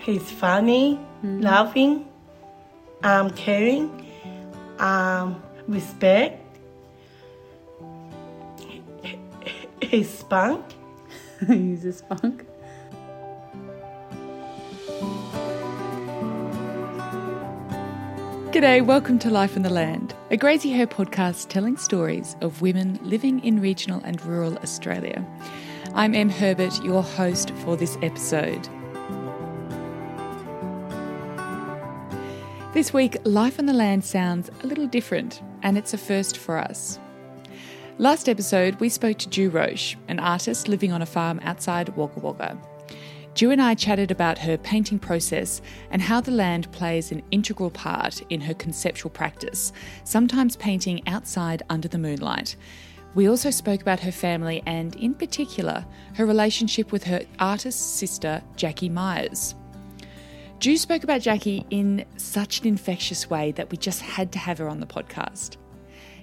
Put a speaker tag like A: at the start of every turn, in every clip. A: He's funny, loving, um, caring, um, respect. He's spunk.
B: He's a spunk. G'day, welcome to Life on the Land, a Grazy Her podcast telling stories of women living in regional and rural Australia. I'm Em Herbert, your host for this episode. This week, Life on the Land sounds a little different, and it's a first for us. Last episode, we spoke to Ju Roche, an artist living on a farm outside Wagga Wagga. Ju and I chatted about her painting process and how the land plays an integral part in her conceptual practice, sometimes painting outside under the moonlight. We also spoke about her family and, in particular, her relationship with her artist sister, Jackie Myers. Ju spoke about Jackie in such an infectious way that we just had to have her on the podcast.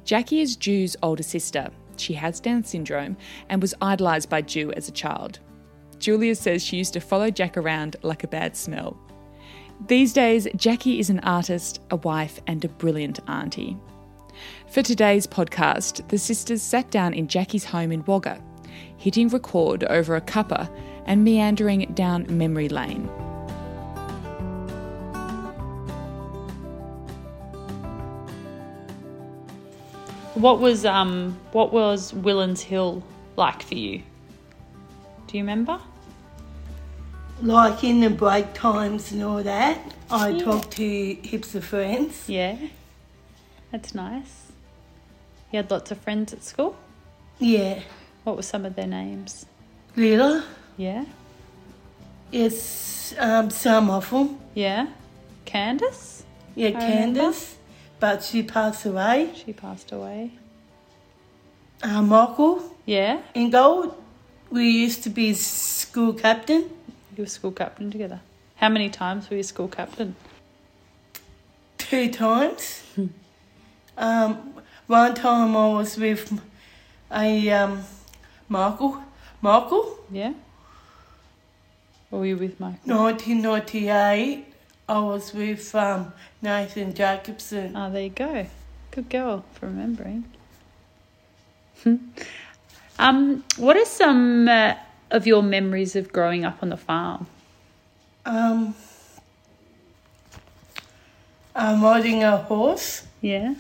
B: Jackie is Ju's older sister. She has Down syndrome and was idolised by Ju as a child. Julia says she used to follow Jack around like a bad smell. These days, Jackie is an artist, a wife, and a brilliant auntie. For today's podcast, the sisters sat down in Jackie's home in Wagga, hitting record over a cuppa and meandering down memory lane.
C: What was um what was Willens Hill like for you? Do you remember?
A: Like in the break times and all that, I talk to heaps of friends.
C: Yeah. That's nice. You had lots of friends at school?
A: Yeah.
C: What were some of their names?
A: Lila,
C: Yeah?
A: yes, um, some of them.
C: Yeah? Candace?
A: Yeah,
C: remember.
A: Candace, but she passed away.
C: She passed away.
A: Uh, Michael,
C: Yeah?
A: In gold, we used to be school captain.
C: You were school captain together. How many times were you school captain?
A: two times. um, one time I was with a um, Michael, Michael,
C: Yeah? Or were you with Michael?
A: 1998. I was with um, Nathan Jacobson.
C: Ah, there you go. Good girl for remembering. um, what are some uh, of your memories of growing up on the farm?
A: Um, I'm riding a horse,
C: Yeah.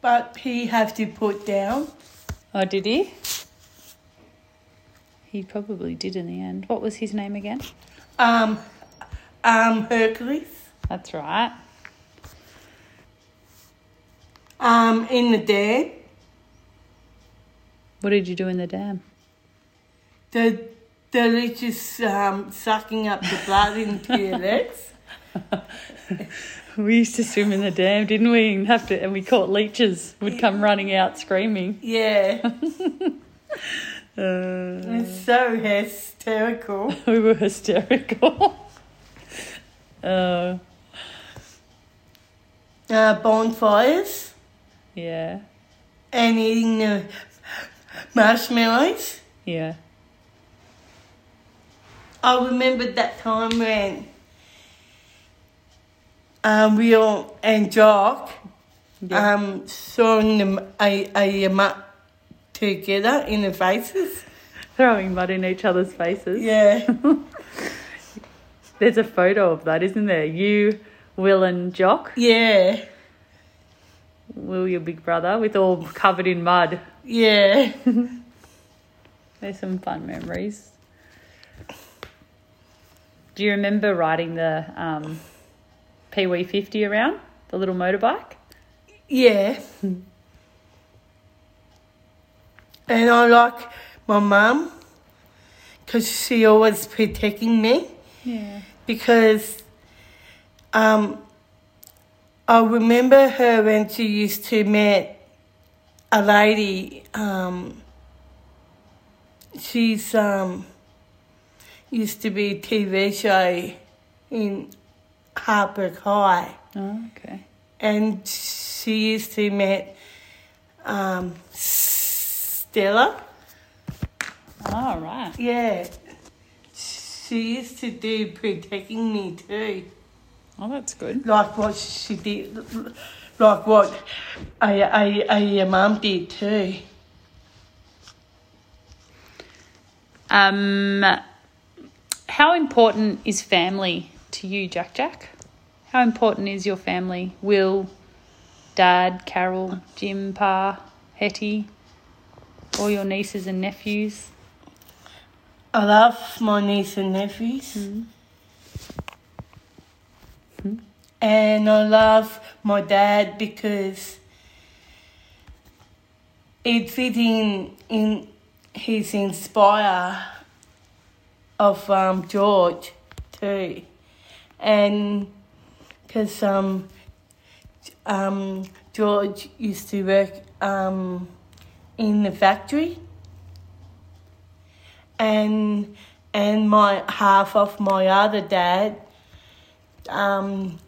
A: but he had to put down.
C: Oh, did he? He probably did in the end. What was his name again?
A: Um, um, Hercules.
C: That's right.
A: Um, in the dam,
C: What did you do in the dam?
A: The the leeches um, sucking up the blood into your legs.
C: We used to swim in the dam, didn't we? And have to, and we caught leeches. Would come running out screaming.
A: Yeah,
C: Uh,
A: it's so hysterical.
C: we were hysterical. uh,
A: Uh, bonfires
C: yeah,
A: and eating the marshmallows.
C: yeah.
A: I remember that time when um, we all and Jock um, throwing them a, a mud together in the faces.
C: Throwing mud in each other's faces.
A: Yeah.
C: There's a photo of that, isn't there? You, Will, and Jock.
A: Yeah.
C: Will, your big brother, with all covered in mud.
A: Yeah.
C: There's some fun memories. Do you remember riding the um, Pee Wee 50 around, the little motorbike?
A: Yeah. and I like my mum because she always protecting me
C: Yeah.
A: because um, I remember her when she used to meet a lady. Um, she's um, used to be a TV show in Harper High
C: Oh, okay.
A: and she used to meet um, Stella.
C: All right.
A: Yeah, she used to do protecting me too.
C: Oh, that's good.
A: Like what she did, like what I, I, I, your mum did too.
C: Um, how important is family to you, Jack Jack? How important is your family? Will, Dad, Carol, Jim, Pa, Hetty, all your nieces and nephews?
A: I love my niece and nephews. Hmm. And I love my dad because it fit in, in his inspire of um, George too. And because um, um, George used to work um, in the factory and and my half of my other dad um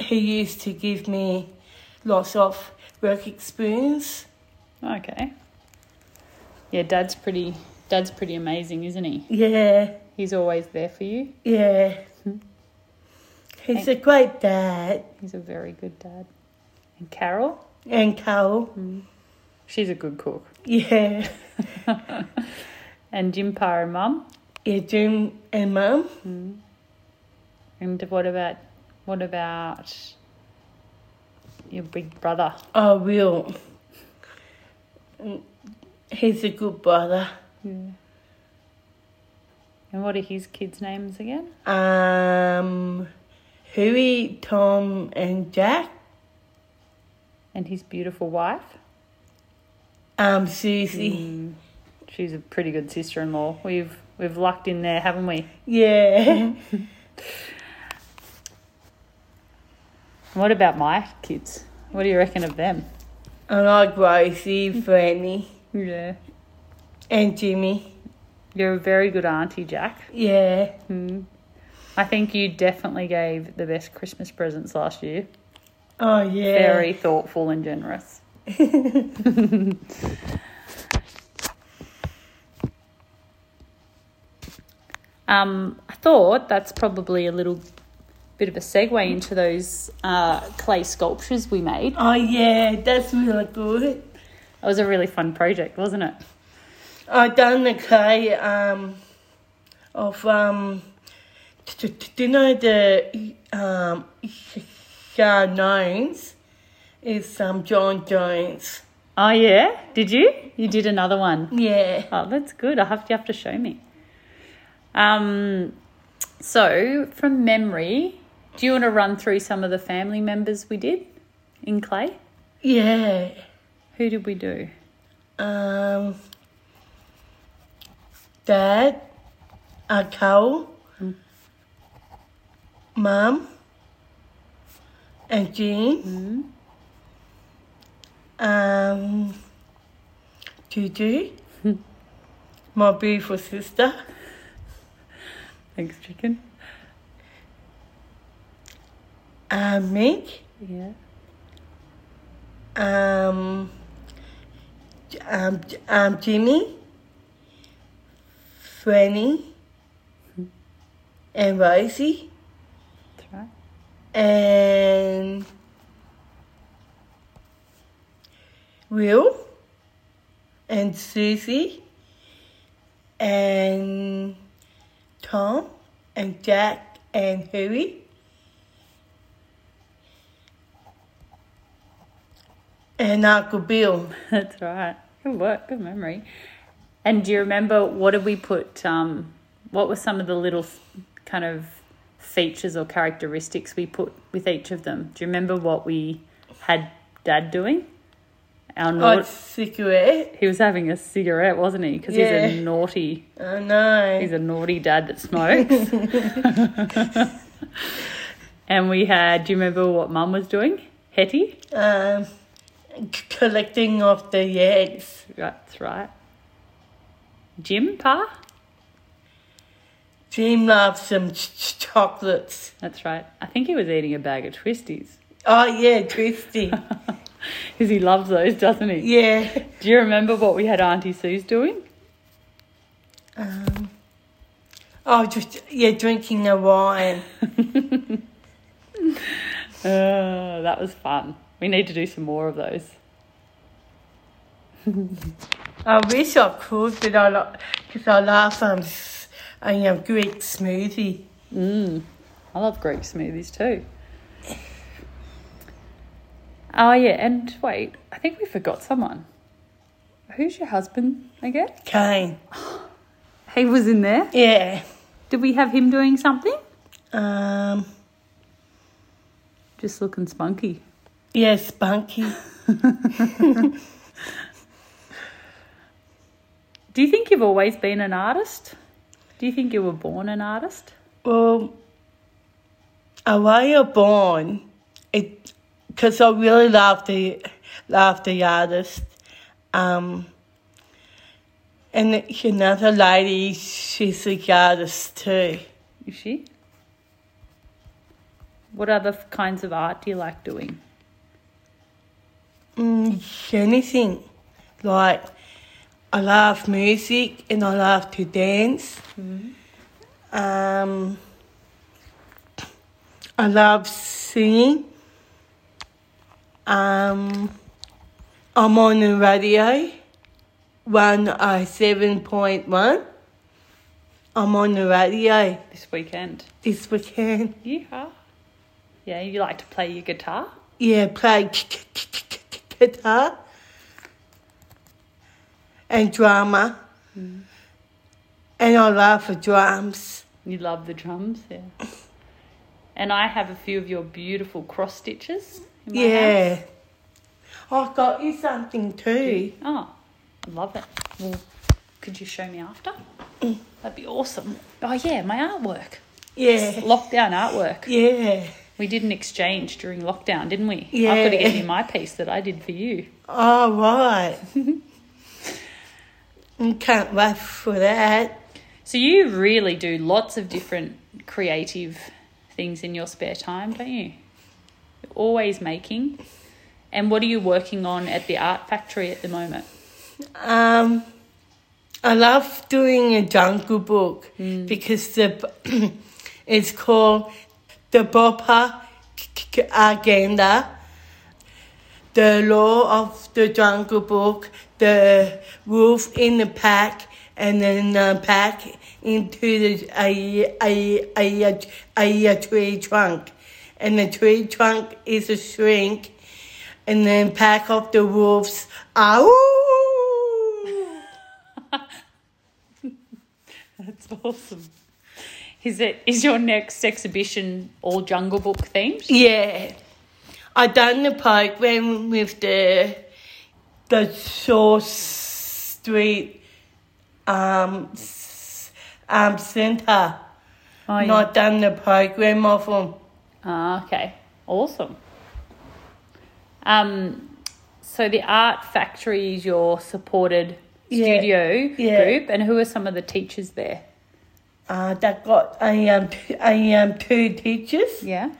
A: he used to give me lots of work experience
C: Okay. Yeah, Dad's pretty. Dad's pretty amazing, isn't he?
A: yeah
C: He's always there for you.
A: yeah he's a great dad
C: He's a very good dad. And Carol,
A: and carl
C: she's a good cook.
A: yeah
C: And Jim Pa and Mum.
A: yeah jim and mum
C: And what about what about your big brother?
A: i will he's a good brother
C: And what are his kids' names again?
A: um huey tom and jack
C: And his beautiful wife.
A: um susie
C: She's a pretty good sister-in-law. We've we've lucked in there, haven't we?
A: Yeah.
C: And what about my kids? What do you reckon of them?
A: I like Rosie, Franny,
C: Yeah.
A: and Jimmy.
C: You're a very good auntie, Jack.
A: Yeah.
C: I think you definitely gave the best Christmas presents last year.
A: Oh, yeah.
C: Very thoughtful and generous. um, I thought that's probably a little bit of a segue into those uh, clay sculptures we made.
A: Oh, yeah. That's really good.
C: It was a really fun project, wasn't it?
A: I done the clay um, of, um, d- d- do you know the um, Jarnones? It's um, John Jones.
C: Oh yeah, did you? You did another one.
A: Yeah.
C: Oh, that's good. I have you have to show me. Um, so from memory, do you want to run through some of the family members we did in clay?
A: Yeah.
C: Who did we do?
A: Um, Dad, a cow, Mum, and Jean. Um, Juju, my beautiful sister,
C: Thanks, chicken.
A: and Um, Mick,
C: Yeah.
A: um, J- um, J- um, Jimmy, Franny, and Rosie.
C: That's right.
A: and Will and Susie and Tom and Jack and Huey and Uncle Bill.
C: That's right. Good work. Good memory. And do you remember what did we put? Um, what were some of the little kind of features or characteristics we put with each of them? Do you remember what we had Dad doing? Our
A: Oh,
C: naughty.
A: cigarette.
C: He was having a cigarette, wasn't he? Because he's
A: Yeah.
C: a naughty,
A: Oh no.
C: he's a naughty dad that smokes. and we had, do you remember what Mum was doing? Hetty.
A: um, c- collecting of the eggs.
C: That's right. Jim Pa.
A: Jim loves some ch- ch- chocolates.
C: That's right. I think he was eating a bag of Twisties
A: Oh yeah, twisty.
C: because he loves those, doesn't he?
A: yeah.
C: Do you remember what we had Auntie Sue's doing?
A: Um, Oh, just yeah, drinking the wine.
C: Oh, that was fun. We need to do some more of those.
A: I wish I could, but I like because I love um, s- a you know, Greek smoothie.
C: I love Greek smoothies too. Oh yeah, and wait, I think we forgot someone. Who's your husband again?
A: Cane.
C: He was in there.
A: Yeah.
C: Did we have him doing something?
A: Um.
C: Just looking spunky.
A: Yeah, spunky.
C: Do you think you've always been an artist? Do you think you were born an artist?
A: Well, a way you're born, it because I really love the love the artist, um, and it's another lady, she's a artist too.
C: Is she? What other f- kinds of art do you like doing?
A: Mm, anything, like I love music and I love to dance. Um, I love singing. Um, I'm on the radio, one oh seven point one. I'm on the radio
C: This weekend.
A: this weekend.
C: Yeehaw. Yeah, you like to play your guitar?
A: Yeah, play guitar and drama. And I love the drums.
C: You love the drums, yeah. And I have a few of your beautiful cross stitches in my
A: yeah. I got you something too.
C: house. Oh, I love it. Well, could you show me after? That'd be awesome. Oh, yeah, my artwork.
A: Yeah.
C: Lockdown artwork.
A: Yeah.
C: We did an exchange during lockdown, didn't we? I've got to
A: Yeah.
C: get you my piece that I did for you.
A: All right. I can't wait for that.
C: So you really do lots of different creative things in your spare time, don't you? You're always making. And what are you working on at the art factory at the moment?
A: Um, I love doing a jungle book because the it's called the Bopa Agenda, the law of the jungle book, the wolf in the pack, and then the pack into the a a a, a, a tree trunk, and the tree trunk is a shrink, and then pack of the wolves. Ow!
C: That's awesome. Is it is your next exhibition all jungle book themed?
A: Yeah. I done the program with the the Shore Street um s- um centre.
C: Oh, yeah.
A: Not done the program of them.
C: Ah, okay. Awesome. Um, so the art factory is your supported
A: Yeah.
C: studio
A: Yeah.
C: group, and who are some of the teachers there?
A: Uh, they got a um, t- a um two teachers
C: Yeah.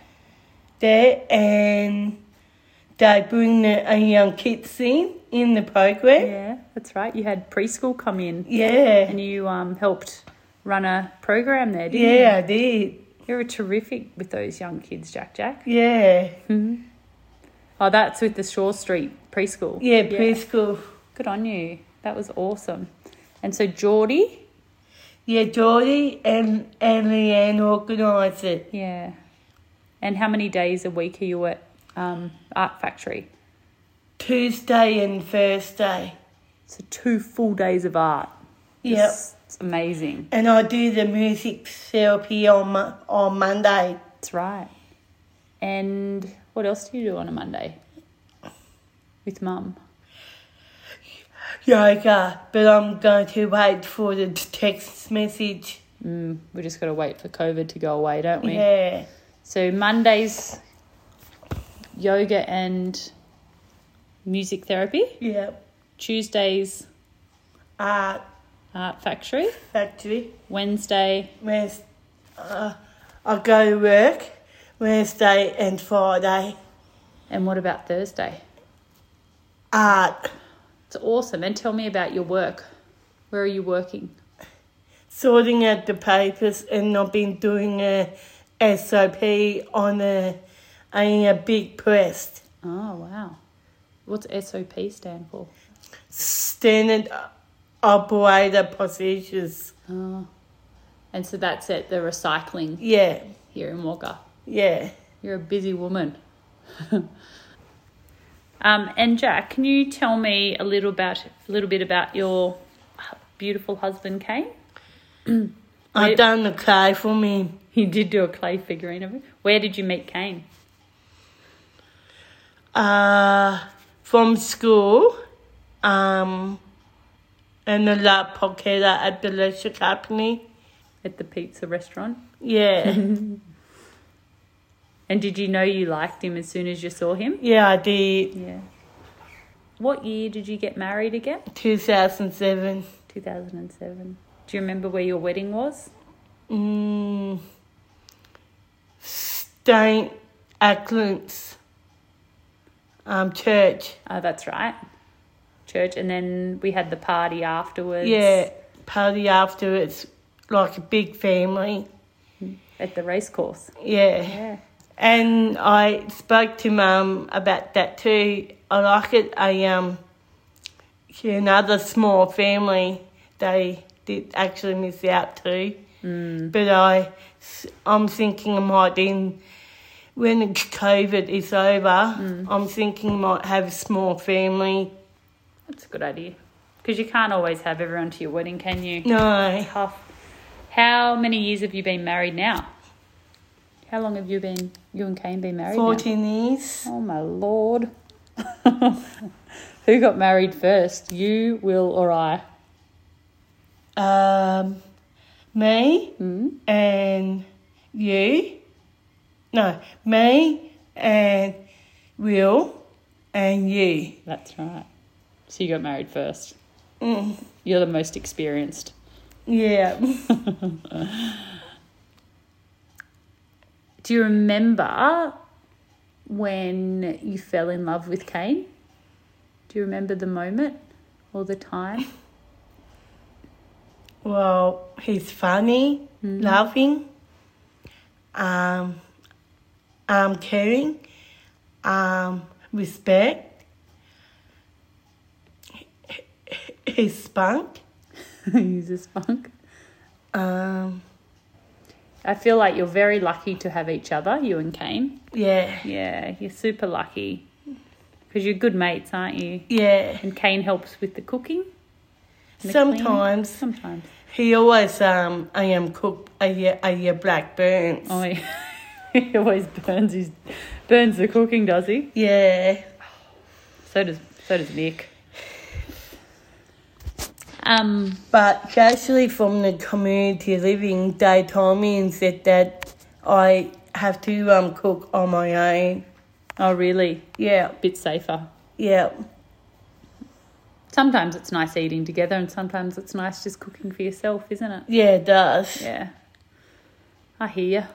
A: there and they bring the a um kids in in the program.
C: Yeah, that's right. You had preschool come in
A: Yeah.
C: and you um, helped run a program there, didn't
A: Yeah, I did.
C: you? You were terrific with those young kids, Jack Jack.
A: Yeah.
C: Oh, that's with the Shaw Street preschool.
A: Yeah, preschool.
C: Good on you. That was awesome. And so Geordie,
A: Yeah, Geordie and, and Leanne organised it.
C: yeah. And how many days a week are you at um, Art Factory?
A: Tuesday and Thursday.
C: So two full days of art.
A: Yep.
C: It's, it's amazing.
A: And I do the music therapy on Mo- on Monday.
C: That's right. And what else do you do on a Monday? With mum.
A: Yoga, but I'm going to wait for the t- text message.
C: Mm, we just got to wait for COVID to go away, don't we?
A: Yeah.
C: So Mondays, yoga and music therapy.
A: Yep.
C: Tuesdays,
A: Art
C: art factory.
A: Uh, factory.
C: Wednesday,
A: Wednesday. Uh, I go to work Wednesday and Friday.
C: and what about Thursday?
A: Art.
C: It's awesome. And tell me about your work. Where are you working?
A: sorting out the papers and I've been doing a SOP on a, on a big press.
C: Oh, wow. What's SOP stand for?
A: Standard operator procedures.
C: Oh. And so that's it, the recycling
A: Yeah,
C: here in Walker.
A: yeah.
C: You're a busy woman. um, and Jack, can you tell me a little about a little bit about your h- beautiful husband, Kane?
A: I
C: Wait.
A: done the clay for me.
C: He did do a clay figurine of it. Where did you meet Kane?
A: Uh, from school, um, and the La Poquera at the leisure company.
C: At the pizza restaurant.
A: Yeah,
C: And did you know you liked him as soon as you saw him?
A: yeah, I did.
C: Yeah. What year did you get married again?
A: 2007.
C: 2007. Do you remember where your wedding was?
A: Mm, St. Ackland's um, church.
C: Oh, that's right. Church. And then we had the party afterwards.
A: Yeah, party after it's like a big family.
C: At the racecourse.
A: Yeah.
C: Yeah.
A: And I spoke to mum about that too. I like it. I um, she- another small family. They did actually miss out too. Mm. But I, I'm thinking I might then, when it's COVID is over, I'm thinking I might have a small family.
C: That's a good idea. Because you can't always have everyone to your wedding, can you?
A: No,
C: Tough. How many years have you been married now? How long have you been, you and Kane been married? now?
A: fourteen years.
C: Oh my lord. Who got married first? You, Will, or I?
A: Um, me and you. No, me and Will and you.
C: That's right. So you got married first. You're the most experienced.
A: Yeah.
C: Do you remember when you fell in love with Kane? Do you remember the moment or the time?
A: Well, he's funny, loving, um, um, caring, um, respect. His spunk.
C: He's a spunk.
A: Um,
C: I feel like you're very lucky to have each other, you and Kane.
A: yeah,
C: Yeah, you're super lucky because you're good mates, aren't you?
A: yeah.
C: And Kane helps with the cooking. and the cleaning.
A: Sometimes
C: Sometimes.
A: He always um I am cook I yeah I yeah black burns.
C: Oh, he, he always burns his burns the cooking, does he?
A: Yeah.
C: So does so does Nick. Um,
A: But actually from the community living they told me and said that I have to um cook on my own.
C: oh really?
A: Yeah,
C: bit safer.
A: yeah.
C: Sometimes it's nice eating together, and sometimes it's nice just cooking for yourself, isn't it?
A: Yeah it does.
C: Yeah. I hear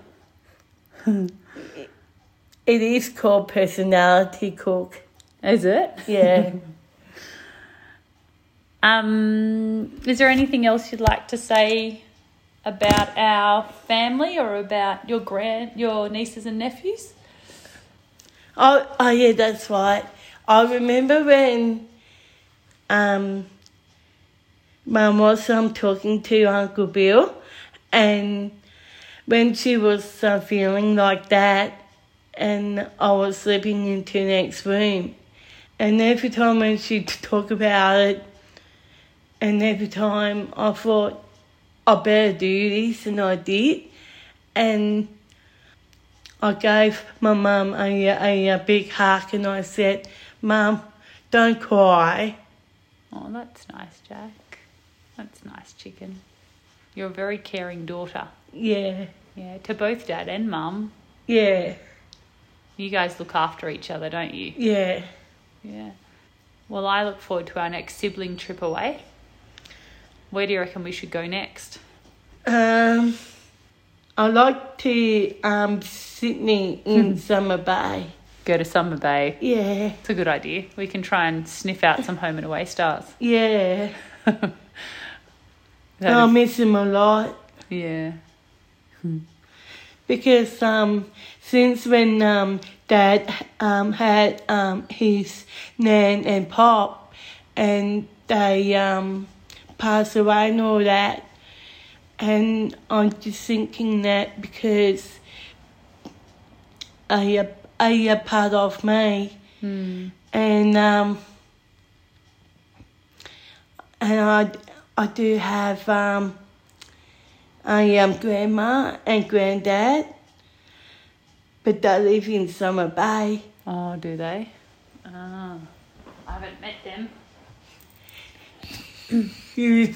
C: you.
A: It is called personality cook.
C: Is it?
A: Yeah.
C: Um, is there anything else you'd like to say about our family or about your grand, your nieces and nephews?
A: Oh, oh yeah, that's right. I remember when um, Mum was um, talking to Uncle Bill, and when she was uh, feeling like that, and I was slipping into the next room, and every time when she'd talk about it, and every time I thought, I better do this, and I did, and I gave my mum a, a, a big hug and I said, Mum, don't cry.
C: Oh, that's nice, Jack. That's nice, chicken. You're a very caring daughter.
A: Yeah,
C: Yeah, to both dad and mum.
A: yeah,
C: You guys look after each other, don't you?
A: yeah.
C: Yeah. Well, I look forward to our next sibling trip away. Where do you reckon we should go next?
A: Um, I like to um, Sydney in Summer Bay.
C: Go to Summer Bay.
A: Yeah,
C: It's a good idea. We can try and sniff out some home and away stars.
A: yeah, I miss him a lot
C: yeah.
A: because um, since when um, Dad um, had um, his nan and pop, and they um, passed away and all that, and I'm just thinking that because I are a part of me, and um, and I I do have um. I am grandma and granddad, but they live in Summer Bay.
C: Oh, do they? Ah, I haven't met them.
A: You,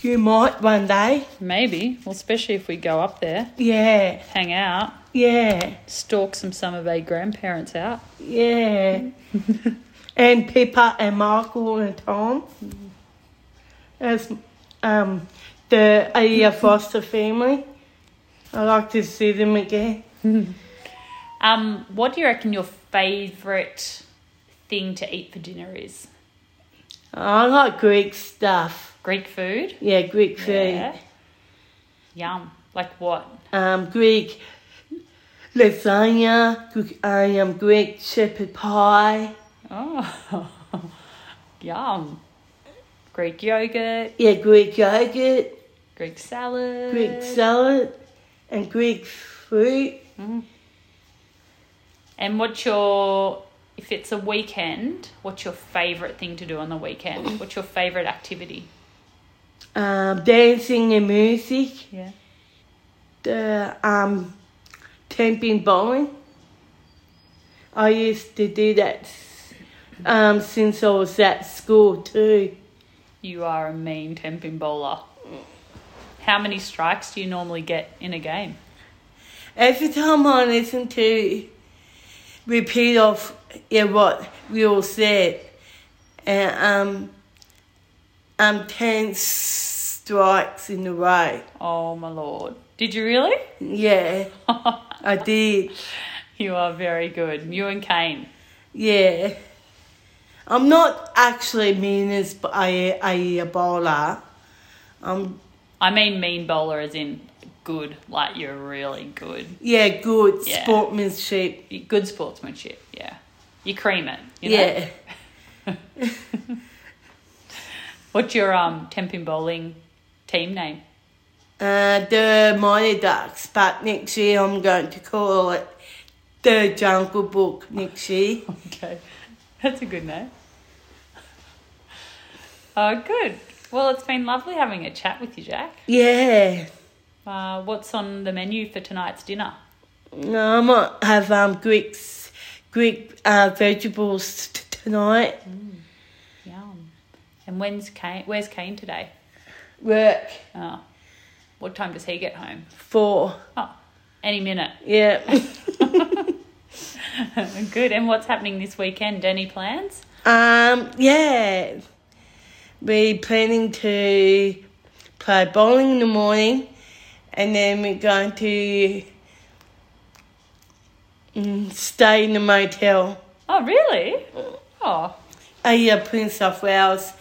A: you might one day.
C: Maybe. Well, especially if we go up there,
A: Yeah,
C: hang out,
A: yeah,
C: stalk some Summer Bay grandparents out.
A: yeah. and Pippa and Michael and Tom. That's um, the Aya Foster family. I like to see them again.
C: Um, what do you reckon your favourite thing to eat for dinner is?
A: I like Greek stuff.
C: Greek food.
A: Yeah, Greek food.
C: Yeah. Yum. Like what?
A: um, Greek lasagna, Greek, I um, Greek shepherd pie,
C: Oh, yum. Greek yogurt,
A: yeah, Greek yogurt,
C: Greek salad.
A: Greek salad, and Greek fruit.
C: And what's your, if it's a weekend, what's your favourite thing to do on the weekend? What's your favourite activity?
A: Um, dancing and music,
C: Yeah.
A: the um, temping bowling. I used to do that um, since I was at school too.
C: You are a mean temping bowler. How many strikes do you normally get in a game?
A: Every time I listen to repeat of yeah, what we all said, and um, um, ten strikes in a row.
C: Oh my lord. Did you really?
A: Yeah, I did.
C: You are very good. You and Kane.
A: Yeah, I'm not actually mean as b- I I a bowler. I'm
C: I mean mean bowler as in good, like you're really good.
A: yeah good
C: Yeah.
A: sportsmanship.
C: Good sportsmanship, yeah. You cream it, you know?
A: Yeah,
C: What's your um temping bowling team name?
A: uh, the Mighty Ducks. But next year I'm going to call it the Jungle Book next year.
C: Okay. That's a good name. Oh good. Well it's been lovely having a chat with you, Jack.
A: Yeah.
C: Uh, what's on the menu for tonight's dinner?
A: No, I might have um Greek s- Greek uh, vegetables t- tonight.
C: Yum. And when's Kane where's Kane today?
A: Work
C: Oh. What time does he get home?
A: for
C: Oh. Any minute.
A: yeah.
C: Good. And what's happening this weekend? Any plans?
A: um yeah. We planning to play bowling in the morning, and then we're going to mm, stay in the motel.
C: Oh, really? Oh,
A: Uh, yeah, Prince of Wales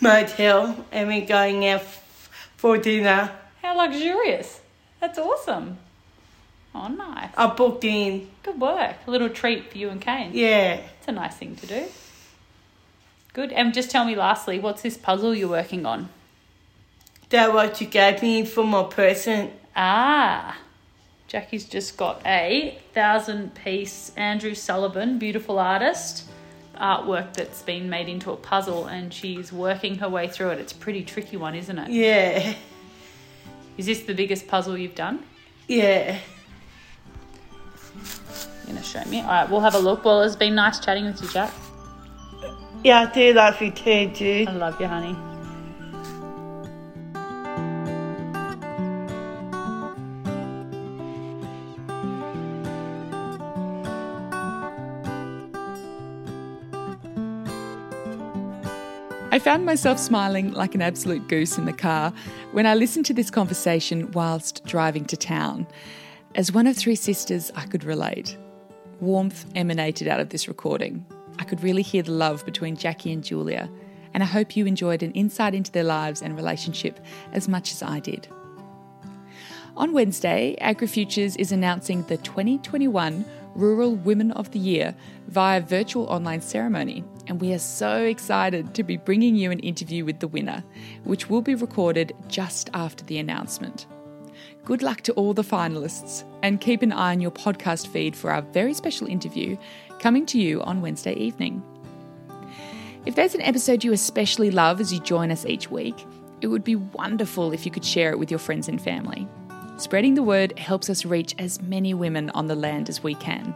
A: motel, and we're going out f- for dinner.
C: how luxurious. That's awesome. Oh, nice.
A: I booked in.
C: Good work. A little treat for you and Kane.
A: Yeah.
C: It's a nice thing to do. Good. And just tell me lastly, what's this puzzle you're working on?
A: That what you gave me for my present.
C: Ah, Jackie's just got a thousand piece Andrew Sullivan, beautiful artist, artwork that's been made into a puzzle and she's working her way through it. It's a pretty tricky one, isn't it?
A: Yeah.
C: Is this the biggest puzzle you've done?
A: Yeah.
C: You're going to show me. All right, we'll have a look. Well, it's been nice chatting with you, Jack.
A: Yeah, I do love you too, Jude.
C: I love you, honey.
B: I found myself smiling like an absolute goose in the car when I listened to this conversation whilst driving to town. As one of three sisters, I could relate. Warmth emanated out of this recording. I could really hear the love between Jackie and Julia, and and I hope you enjoyed an insight into their lives and relationship as much as I did. On Wednesday, AgriFutures is announcing the 2021 Rural Women of the Year via virtual online ceremony, and we are so excited to be bringing you an interview with the winner, which will be recorded just after the announcement. Good luck to all the finalists, and keep an eye on your podcast feed for our very special interview coming to you on Wednesday evening. If there's an episode you especially love as you join us each week, it would be wonderful if you could share it with your friends and family. Spreading the word helps us reach as many women on the land as we can.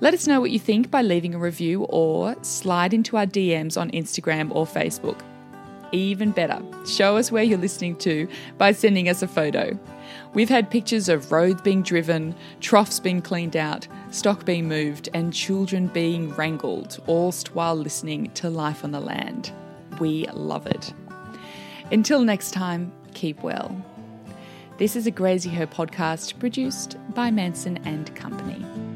B: Let us know what you think by leaving a review or slide into our DMs on Instagram or Facebook. Even better, show us where you're listening to by sending us a photo. We've had pictures of roads being driven, troughs being cleaned out, stock being moved, and children being wrangled, whilst while listening to Life on the Land. We love it. Until next time, keep well. This is a Grazy Her podcast produced by Manson and Company.